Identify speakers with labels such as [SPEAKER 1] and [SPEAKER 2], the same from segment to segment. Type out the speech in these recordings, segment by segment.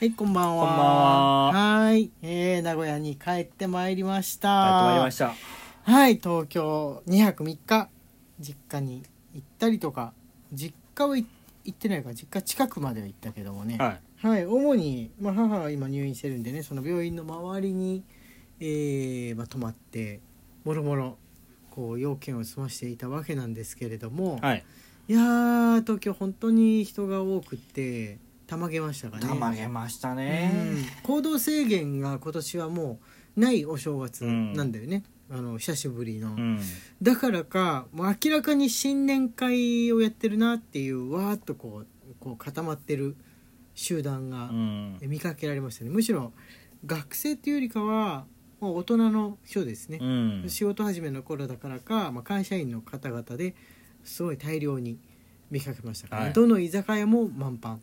[SPEAKER 1] はい、こんばんは。
[SPEAKER 2] こんばんは
[SPEAKER 1] はい。えー、名古屋に帰ってまいりまし
[SPEAKER 2] 帰っ
[SPEAKER 1] た。
[SPEAKER 2] てまいりました
[SPEAKER 1] はい、東京2泊3日、実家に行ったりとか、実家は行行ってないから、実家近くまでは行ったけどもね。
[SPEAKER 2] はい
[SPEAKER 1] はい、主に、まあ、母が今入院してるんでねその病院の周りに、えーまあ、泊まってもろもろこう要件を済ましていたわけなんですけれども、
[SPEAKER 2] はい
[SPEAKER 1] い、やー東京本当に人が多くってたまげましたかね
[SPEAKER 2] たまげましたね
[SPEAKER 1] うん行動制限が今年はもうないお正月なんだよね、あの久しぶりの、
[SPEAKER 2] うん
[SPEAKER 1] だからかもう明らかに新年会をやってるなっていうわーっとこうこう固まってる集団が、
[SPEAKER 2] うん
[SPEAKER 1] 見かけられましたねむしろ学生っていうよりかはもう大人の人ですね
[SPEAKER 2] う、ん
[SPEAKER 1] 仕事始めの頃だからか、まあ、会社員の方々ですごい大量に見かけましたから、ね
[SPEAKER 2] はい
[SPEAKER 1] どの居酒屋も満帆っ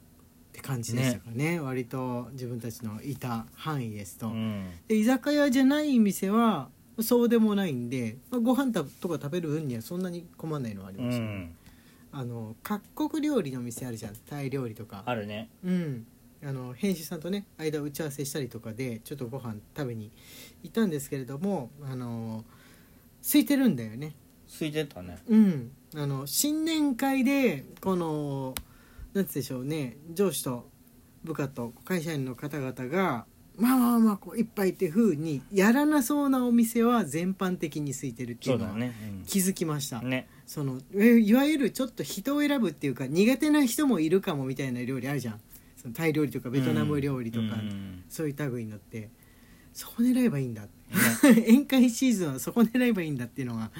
[SPEAKER 1] て感じでしたからね割と自分たちのいた範囲ですと、
[SPEAKER 2] うん
[SPEAKER 1] で居酒屋じゃない店はそうでもないんで、まあ、ご飯たとか食べる分にはそんなに困んないのはあり
[SPEAKER 2] う
[SPEAKER 1] ましたね、
[SPEAKER 2] ん
[SPEAKER 1] あの各国料理の店あるじゃんタイ料理とか
[SPEAKER 2] あるね
[SPEAKER 1] うん、あの編集さんとね間打ち合わせしたりとかでちょっとご飯食べに行ったんですけれどもあの空いてるんだよね。
[SPEAKER 2] 空いてたね
[SPEAKER 1] うん、あの新年会でこのなんつうでしょうね上司と部下と会社員の方々がまあまあまあこういっぱいっていう風にやらなそうなお店は全般的に空いてるってい
[SPEAKER 2] そうう
[SPEAKER 1] の
[SPEAKER 2] だ
[SPEAKER 1] は
[SPEAKER 2] ね
[SPEAKER 1] 気づきました。
[SPEAKER 2] うんね
[SPEAKER 1] そのえいわゆるちょっと人を選ぶっていうか苦手な人もいるかもみたいな料理あるじゃんそのタイ料理とかベトナム料理とか、
[SPEAKER 2] うん
[SPEAKER 1] そういう類になってそこ狙えばいいんだ
[SPEAKER 2] ね
[SPEAKER 1] 宴会シーズンはそこ狙えばいいんだっていうのが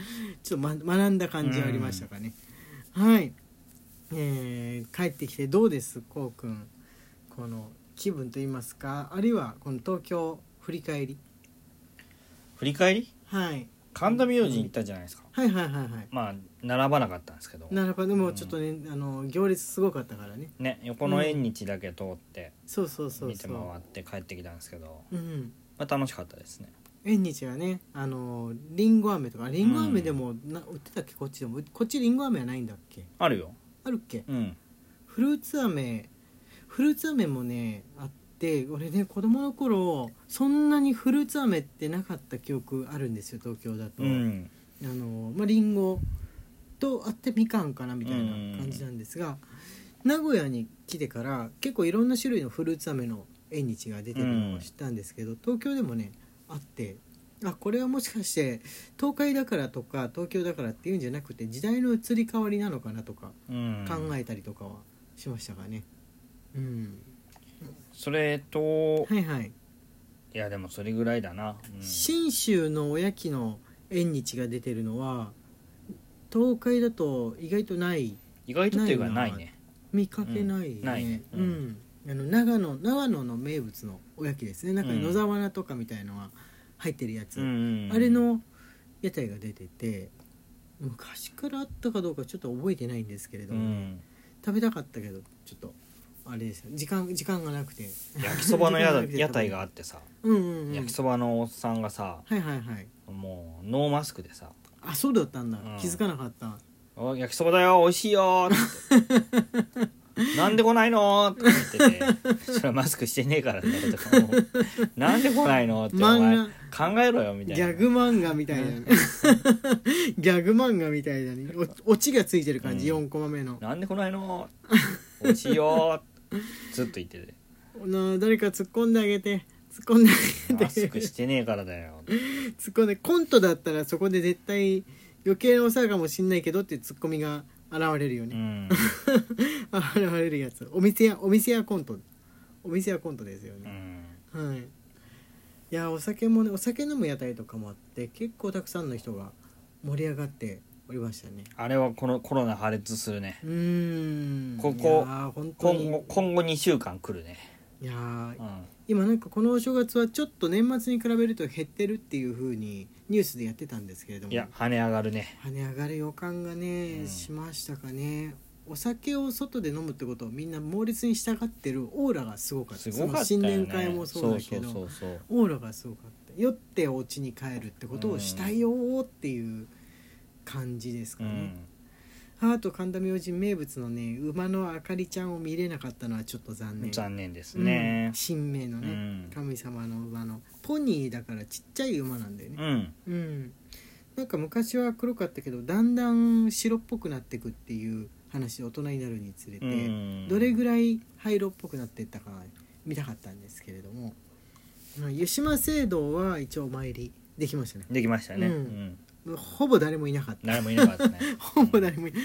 [SPEAKER 1] ちょっと、ま、学んだ感じはありましたかね、はい、えー帰ってきてどうですこうくんこの気分といいますかあるいはこの東京振り返り、
[SPEAKER 2] 振り返り
[SPEAKER 1] はい、
[SPEAKER 2] 神田明神行ったじゃないですか
[SPEAKER 1] はいはいはいはい
[SPEAKER 2] まあ並ばなかったんですけど
[SPEAKER 1] ならばでもちょっとね、あの行列すごかったからね
[SPEAKER 2] ね横の縁日だけ通って
[SPEAKER 1] そうそうそう
[SPEAKER 2] 見て
[SPEAKER 1] そ
[SPEAKER 2] 回
[SPEAKER 1] う。
[SPEAKER 2] って帰ってきたんですけど
[SPEAKER 1] うん、
[SPEAKER 2] まあ楽しかったですね
[SPEAKER 1] 縁日はねあのりんご飴とかりんご飴でもな売ってたっけこっちでもこっちりんご飴はないんだっけ
[SPEAKER 2] あるよ
[SPEAKER 1] あるっけ
[SPEAKER 2] うん
[SPEAKER 1] フルーツ飴フルーツ飴もねあって俺ね子供の頃そんなにフルーツ飴ってなかった記憶あるんですよ東京だと、
[SPEAKER 2] うん
[SPEAKER 1] あのまありんごとあってみかんかなみたいな感じなんですが、名古屋に来てから結構いろんな種類のフルーツ飴の縁日が出てるのを知ったんですけど、東京でもねあってあこれはもしかして東海だからとか東京だからっていうんじゃなくて時代の移り変わりなのかなとか
[SPEAKER 2] うん
[SPEAKER 1] 考えたりとかはしましたかね。うん、
[SPEAKER 2] それと
[SPEAKER 1] はいはい
[SPEAKER 2] いやでもそれぐらいだなうん
[SPEAKER 1] 信州のおやきの縁日が出てるのは東海だと意外とない
[SPEAKER 2] 意外とっていうかないね
[SPEAKER 1] 見かけないね,、
[SPEAKER 2] うん
[SPEAKER 1] う
[SPEAKER 2] んないねうん
[SPEAKER 1] あの長野長野の名物のおやきですね中
[SPEAKER 2] う
[SPEAKER 1] に
[SPEAKER 2] ん
[SPEAKER 1] 野沢菜とかみたいのが入ってるやつ、
[SPEAKER 2] うん
[SPEAKER 1] あれの屋台が出てて昔からあったかどうかちょっと覚えてないんですけれど
[SPEAKER 2] う
[SPEAKER 1] も、
[SPEAKER 2] ん
[SPEAKER 1] 食べたかったけどちょっとあれですよ時間時間がなくて
[SPEAKER 2] 焼きそばの屋だ屋台があってさ
[SPEAKER 1] うんうん、うん、
[SPEAKER 2] 焼きそばのおっさんがさ
[SPEAKER 1] はいはいはい
[SPEAKER 2] もうノーマスクでさ
[SPEAKER 1] あそうだったんだ、
[SPEAKER 2] うん
[SPEAKER 1] 気づかなかった
[SPEAKER 2] 「お焼きそばだよ美味しいよ」 ってなんで来ないの?」って言ってて「それはマスクしてねえからね」とか もう「なんで来ないの?」って「お前
[SPEAKER 1] 漫
[SPEAKER 2] 考えろよ」み
[SPEAKER 1] ギ
[SPEAKER 2] たいな
[SPEAKER 1] ャグ漫画みたいな、
[SPEAKER 2] う
[SPEAKER 1] ギャグ漫画みたいなねおオチがついてる感じ、
[SPEAKER 2] う
[SPEAKER 1] 4コマ目の
[SPEAKER 2] なんで来ないの美味しいよ」ずっと言ってて
[SPEAKER 1] な誰か突っ込んであげて突っ込んで
[SPEAKER 2] 「マ
[SPEAKER 1] あげ
[SPEAKER 2] ス
[SPEAKER 1] て
[SPEAKER 2] クしてねえからだよ」
[SPEAKER 1] 突っ込んでコントだったらそこで絶対余計なお世話かもしんないけどっていうツッコミが現れるよ
[SPEAKER 2] う
[SPEAKER 1] ね、
[SPEAKER 2] ん
[SPEAKER 1] 現れるやつお店やお店やコントお店やコントですよ
[SPEAKER 2] う
[SPEAKER 1] ね、
[SPEAKER 2] ん
[SPEAKER 1] はいいやお酒もねお酒飲む屋台とかもあって結構たくさんの人が盛り上がっておりましたね
[SPEAKER 2] あれはこのコロナ破裂するね
[SPEAKER 1] うーん
[SPEAKER 2] ここ
[SPEAKER 1] いやー本当に
[SPEAKER 2] 今後今後2週間来るね、
[SPEAKER 1] いやー
[SPEAKER 2] うん、
[SPEAKER 1] 今なんかこのお正月はちょっと年末に比べると減ってるっていう風にニュースでやってたんですけれども
[SPEAKER 2] いや跳ね上がるね
[SPEAKER 1] 跳ね上がる予感がね、
[SPEAKER 2] うん
[SPEAKER 1] しましたかねお酒を外で飲むってことをみんな猛烈に従ってるオーラがすごかった
[SPEAKER 2] すごかった
[SPEAKER 1] そ
[SPEAKER 2] よ
[SPEAKER 1] の
[SPEAKER 2] ね
[SPEAKER 1] 新年会もそうだけ
[SPEAKER 2] そ
[SPEAKER 1] ど
[SPEAKER 2] うそうそうそう
[SPEAKER 1] オーラがすごかった酔ってお家に帰るってことをしたいよーっていう感じですか
[SPEAKER 2] う
[SPEAKER 1] ね、
[SPEAKER 2] ん
[SPEAKER 1] ハート神田明神名物のね馬のあかりちゃんを見れなかったのはちょっと残念
[SPEAKER 2] 残念です
[SPEAKER 1] う
[SPEAKER 2] ね
[SPEAKER 1] ん、神明の
[SPEAKER 2] う
[SPEAKER 1] ね、
[SPEAKER 2] ん
[SPEAKER 1] 神様の馬のポニーだからちっちゃい馬なんだよね
[SPEAKER 2] うん、うん
[SPEAKER 1] うん、なんか昔は黒かったけどだんだん白っぽくなってくっていう話で大人になるにつれて、どれぐ
[SPEAKER 2] い
[SPEAKER 1] らい灰色っぽくなっていったか見たかったんですけれども、まあ、湯島聖堂は一応お参りできましたね
[SPEAKER 2] できましたね、
[SPEAKER 1] う
[SPEAKER 2] うんん
[SPEAKER 1] ほぼ誰もいなかった
[SPEAKER 2] 誰もいなかったね
[SPEAKER 1] ほぼ誰もいない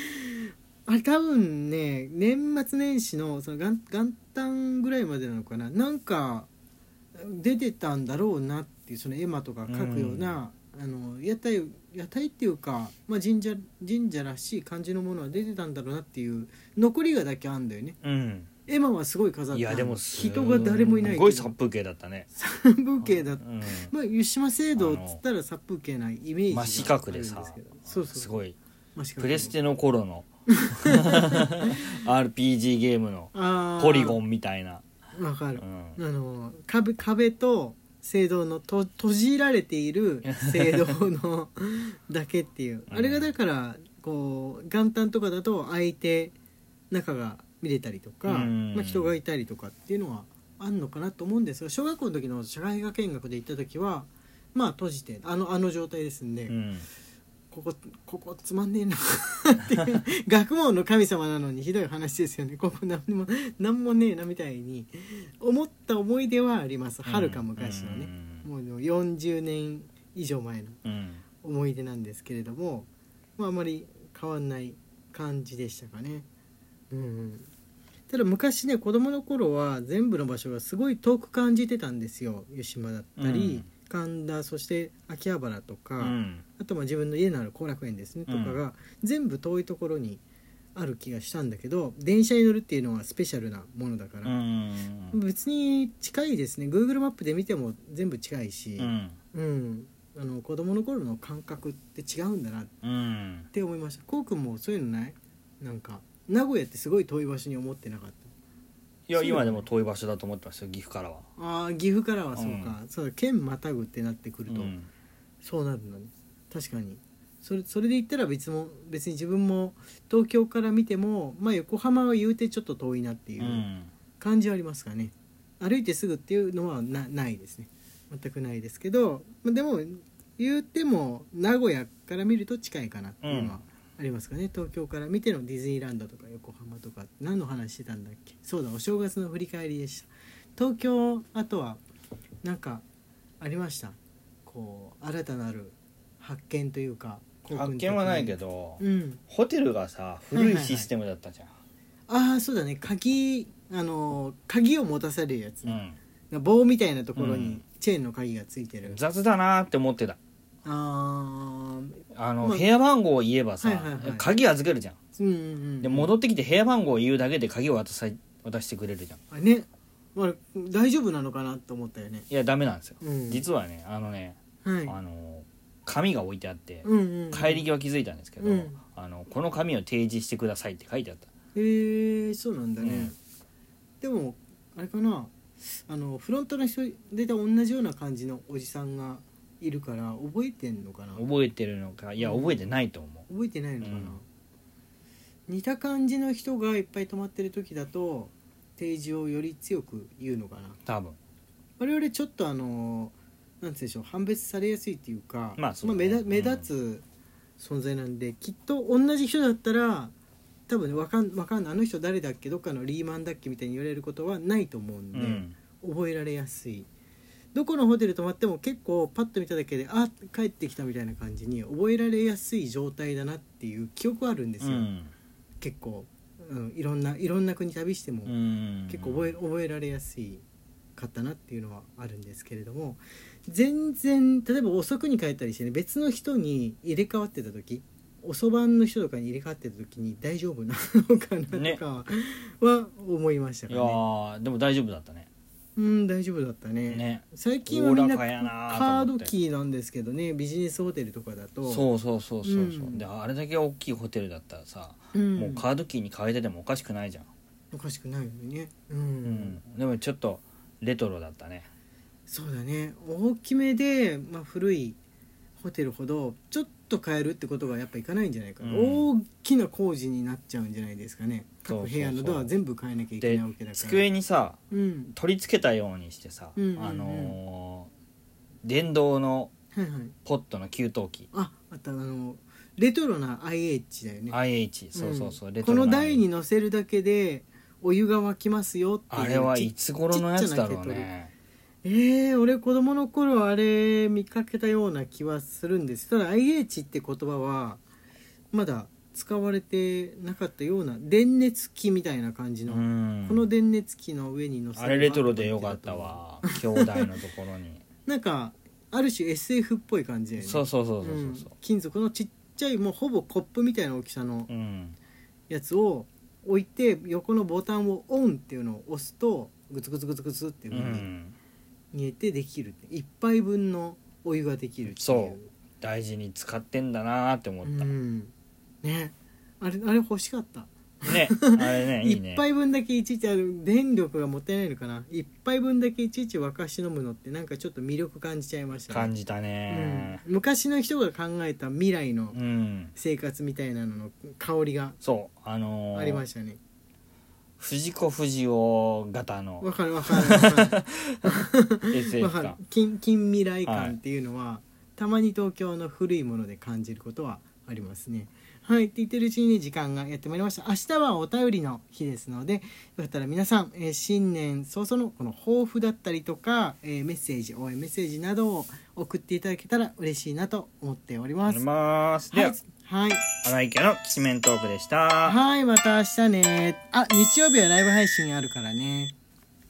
[SPEAKER 1] あれ多分ね年末年始のその元元旦ぐらいまでなのかななんか出てたんだろうなっていうその絵馬とか書くような、あの屋台屋台っていうか、まあ、神社神社らしい感じのものは出てたんだろうなっていう残りがだけあんだよね
[SPEAKER 2] うん、
[SPEAKER 1] 絵馬はすごい飾っ
[SPEAKER 2] い
[SPEAKER 1] て
[SPEAKER 2] や
[SPEAKER 1] ある
[SPEAKER 2] でもす
[SPEAKER 1] 人が誰もいない
[SPEAKER 2] すごい殺風景だったね
[SPEAKER 1] 風景だっ
[SPEAKER 2] うん、
[SPEAKER 1] まあ湯島聖堂っつったら殺風景なイメージが
[SPEAKER 2] 真四角でさ
[SPEAKER 1] あるんすけどそうそう
[SPEAKER 2] すごい
[SPEAKER 1] 真四角
[SPEAKER 2] プレステの頃 の RPG ゲームの
[SPEAKER 1] あー
[SPEAKER 2] ポリゴンみたいな、
[SPEAKER 1] わかる
[SPEAKER 2] う、ん
[SPEAKER 1] あの壁壁と聖堂のと閉じられている聖堂 のだけっていう
[SPEAKER 2] うん
[SPEAKER 1] あれがだからこう元旦とかだと開いて中が見れたりとか、
[SPEAKER 2] うん
[SPEAKER 1] まあ、人がいたりとかっていうのはあんのかなと思うんですが小学校の時の社会科見学で行った時はまあ閉じてあのあの状態ですんで、
[SPEAKER 2] うん
[SPEAKER 1] ここここつまんねえな っていう学問の神様なのにひどい話ですよねここ何も何もねえなみたいに思った思い出はありますはるか昔のね、もうでも40年以上前の
[SPEAKER 2] うんうん
[SPEAKER 1] 思い出なんですけれども、まあ、あまり変わんない感じでしたかね。うんうん、ただ昔ね子供の頃は全部の場所がすごい遠く感じてたんですよ湯島だったり、神田そして秋葉原とか。
[SPEAKER 2] うん
[SPEAKER 1] あとまあ自分の家のある後楽園ですねと
[SPEAKER 2] うん
[SPEAKER 1] かが全部遠いところにある気がしたんだけど電車に乗るっていうのはスペシャルなものだか
[SPEAKER 2] う
[SPEAKER 1] ら、
[SPEAKER 2] ん
[SPEAKER 1] 別に近いですね Google マップで見ても全部近いし
[SPEAKER 2] う、ん
[SPEAKER 1] うんあの子供の頃の感覚って違うんだなっ
[SPEAKER 2] うん
[SPEAKER 1] て思いましたこうくんもそういうのないなんか名古屋ってすごい遠い場所に思ってなかった
[SPEAKER 2] いや今でも遠い場所だと思ってますよ岐阜からは、
[SPEAKER 1] あー岐阜からはそうか、そうだ県またぐってなってく
[SPEAKER 2] う
[SPEAKER 1] ると、
[SPEAKER 2] ん、
[SPEAKER 1] そうなるのね確かにそれそれで言ったら別も別に自分も東京から見ても、まあ、横浜は言うてちょっと遠いなっていううん感じはありますかね、歩いてすぐっていうのはなないですね全くないですけど、まあ、でも言うても名古屋から見ると近いかなっていうのはありますかね、東京から見てのディズニーランドとか横浜とか何の話してたんだっけそうだお正月の振り返りでした東京あとはなんかありましたこう新たなる発見というか
[SPEAKER 2] 発見はないけ
[SPEAKER 1] ど
[SPEAKER 2] ど、
[SPEAKER 1] うん
[SPEAKER 2] ホテルがさ
[SPEAKER 1] いはいはい
[SPEAKER 2] 古いシステムだったじゃん、
[SPEAKER 1] ああそうだね鍵あのー鍵を持たされるやつね、
[SPEAKER 2] うん
[SPEAKER 1] 棒みたいなところ
[SPEAKER 2] う
[SPEAKER 1] に
[SPEAKER 2] ん
[SPEAKER 1] チェーンの鍵がついてる、
[SPEAKER 2] 雑だなって思ってた
[SPEAKER 1] ああ
[SPEAKER 2] あの、
[SPEAKER 1] ま
[SPEAKER 2] 部
[SPEAKER 1] あ
[SPEAKER 2] 屋番号を言えばさ、
[SPEAKER 1] はいはいはい
[SPEAKER 2] 鍵預けるじゃん
[SPEAKER 1] うんうんうん
[SPEAKER 2] で戻ってきて部屋番号を言うだけで鍵を渡さ渡してくれるじゃん
[SPEAKER 1] あね、まあ、大丈夫なのかなと思ったよね
[SPEAKER 2] いやダメなんですよ、
[SPEAKER 1] うん
[SPEAKER 2] 実はねあのね、
[SPEAKER 1] はい
[SPEAKER 2] あの紙が置いてあって、
[SPEAKER 1] うんうんうん
[SPEAKER 2] 帰り際気づいたんですけど、
[SPEAKER 1] うん
[SPEAKER 2] あのこの紙を提示してくださいって書いてあった
[SPEAKER 1] へえそうなんだね、
[SPEAKER 2] うん
[SPEAKER 1] でもあれかなあのフロントの人出た同じような感じのおじさんがいるから覚えてんのかな覚
[SPEAKER 2] 覚えてるのかいや
[SPEAKER 1] うん
[SPEAKER 2] 覚えてないと思う、
[SPEAKER 1] えてないのかな、
[SPEAKER 2] うん
[SPEAKER 1] 似た感じの人がいっぱい泊まってる時だと提示をより強く言うのかな
[SPEAKER 2] 多分
[SPEAKER 1] 我々ちょっとあのなんつうんでしょう判別されやすいっていうか、
[SPEAKER 2] まあそうだ
[SPEAKER 1] 目
[SPEAKER 2] ね
[SPEAKER 1] 立目立つ存在なんで、きっと同じ人だったら多分ねわかんわかんないあの人誰だっけどっかのリーマンだっけみたいに言われることはないと思うん
[SPEAKER 2] う
[SPEAKER 1] で、
[SPEAKER 2] ん、
[SPEAKER 1] 覚えられやすいどこのホテル泊まっても結構パッと見ただけであ帰ってきたみたいな感じに覚えられやすい状態だなっていう記憶はあるんです
[SPEAKER 2] う
[SPEAKER 1] よ、
[SPEAKER 2] ん
[SPEAKER 1] 結構、うん、いろんないろんな国旅しても。
[SPEAKER 2] うん
[SPEAKER 1] 結構覚え覚えられやすいかったなっていうのはあるんですけれども全然例えば遅くに帰ったりしてね別の人に入れ替わってた時遅番の人とかに入れ替わってた時に大丈夫なのかなと
[SPEAKER 2] ね
[SPEAKER 1] かは、は思いました
[SPEAKER 2] い
[SPEAKER 1] か
[SPEAKER 2] や
[SPEAKER 1] ね。
[SPEAKER 2] ーでも大丈夫だったね
[SPEAKER 1] うん大丈夫だったね
[SPEAKER 2] ね
[SPEAKER 1] 最近はみんな
[SPEAKER 2] おおらかやなと
[SPEAKER 1] カー
[SPEAKER 2] 思
[SPEAKER 1] ド
[SPEAKER 2] って
[SPEAKER 1] キーなんですけどねビジネスホテルとかだと
[SPEAKER 2] そうそうそうそうそう、
[SPEAKER 1] うん
[SPEAKER 2] であれだけ大きいホテルだったらさ、
[SPEAKER 1] う、ん、
[SPEAKER 2] もうカードキーに変えててもおかしくないじゃん、
[SPEAKER 1] おかしくないよねうん、
[SPEAKER 2] でもちょっとレトロだったね
[SPEAKER 1] そうだね大きめで、まあ、古いホテルほどちょっと変えるってことがやっぱいかないんじゃないかな、
[SPEAKER 2] うん
[SPEAKER 1] 大きな工事になっちゃうんじゃないですかね
[SPEAKER 2] そうそう
[SPEAKER 1] 各部
[SPEAKER 2] そう
[SPEAKER 1] 屋のドア全部変えなきゃいけないわけだから
[SPEAKER 2] 机にさ
[SPEAKER 1] うん
[SPEAKER 2] 取り付けたようにしてさ、
[SPEAKER 1] うんうんうん
[SPEAKER 2] あのー電動の
[SPEAKER 1] はいはい
[SPEAKER 2] ポットの給湯器
[SPEAKER 1] ああとあのレトロな IH だよね
[SPEAKER 2] IH そうそうそう、
[SPEAKER 1] ん
[SPEAKER 2] レト
[SPEAKER 1] こ
[SPEAKER 2] ロ
[SPEAKER 1] の
[SPEAKER 2] な
[SPEAKER 1] 台に乗せるだけでお湯が沸きますよっていう
[SPEAKER 2] あれはい
[SPEAKER 1] ち
[SPEAKER 2] つ頃のやつだろうね
[SPEAKER 1] えー、俺子供の頃あれ見かけたような気はするんですただ IH って言葉はまだ使われてなかったような電熱器みたいな感じの、
[SPEAKER 2] うん
[SPEAKER 1] この電熱器の上に乗せ
[SPEAKER 2] あれレトロでよかったわ兄弟のところに
[SPEAKER 1] なんかある種 SF っぽい感じだよね
[SPEAKER 2] そうそうそうそう
[SPEAKER 1] う
[SPEAKER 2] そ
[SPEAKER 1] ん
[SPEAKER 2] うそう
[SPEAKER 1] 金属のちっちゃいもうほぼコップみたいな大きさの
[SPEAKER 2] うん
[SPEAKER 1] やつを置いて横のボタンをオンっていうのを押すとグツグツグツグツっていう
[SPEAKER 2] う
[SPEAKER 1] ふうに
[SPEAKER 2] ん
[SPEAKER 1] 煮えてできるって一杯分のお湯ができるっていう
[SPEAKER 2] そう大事に使ってんだなーって思っ
[SPEAKER 1] ん、ねあれあれ欲しかった
[SPEAKER 2] た ねあれねいいね
[SPEAKER 1] 一杯分だけいちいちある電力がもったいないのかな一杯分だけいちいち沸かし飲むのってなんかちょっと魅力感じちゃいましたね
[SPEAKER 2] 感じたね
[SPEAKER 1] うん、昔の人が考えた未来の
[SPEAKER 2] うん、
[SPEAKER 1] 生活みたいなのの香りが
[SPEAKER 2] そうあのー
[SPEAKER 1] ありましたね
[SPEAKER 2] 藤子不二雄型の
[SPEAKER 1] わかるわかるわかるわ
[SPEAKER 2] SF
[SPEAKER 1] かる
[SPEAKER 2] か
[SPEAKER 1] 近近未来感っていうのは、たまに東京の古いもので感じることはありますね。はいって言ってるうちにね時間がやってまいりました明日はお便りの日ですのでよかったら皆さん、えー新年早々のこの抱負だったりとか、えーメッセージ応援メッセージなどを送っていただけたら嬉しいなと思っており
[SPEAKER 2] あ
[SPEAKER 1] ま
[SPEAKER 2] り
[SPEAKER 1] す。
[SPEAKER 2] ますで
[SPEAKER 1] は、
[SPEAKER 2] はい
[SPEAKER 1] はい
[SPEAKER 2] 荒井家のきしめんトークでした
[SPEAKER 1] はいまた明日ねあ日曜日はライブ配信あるからね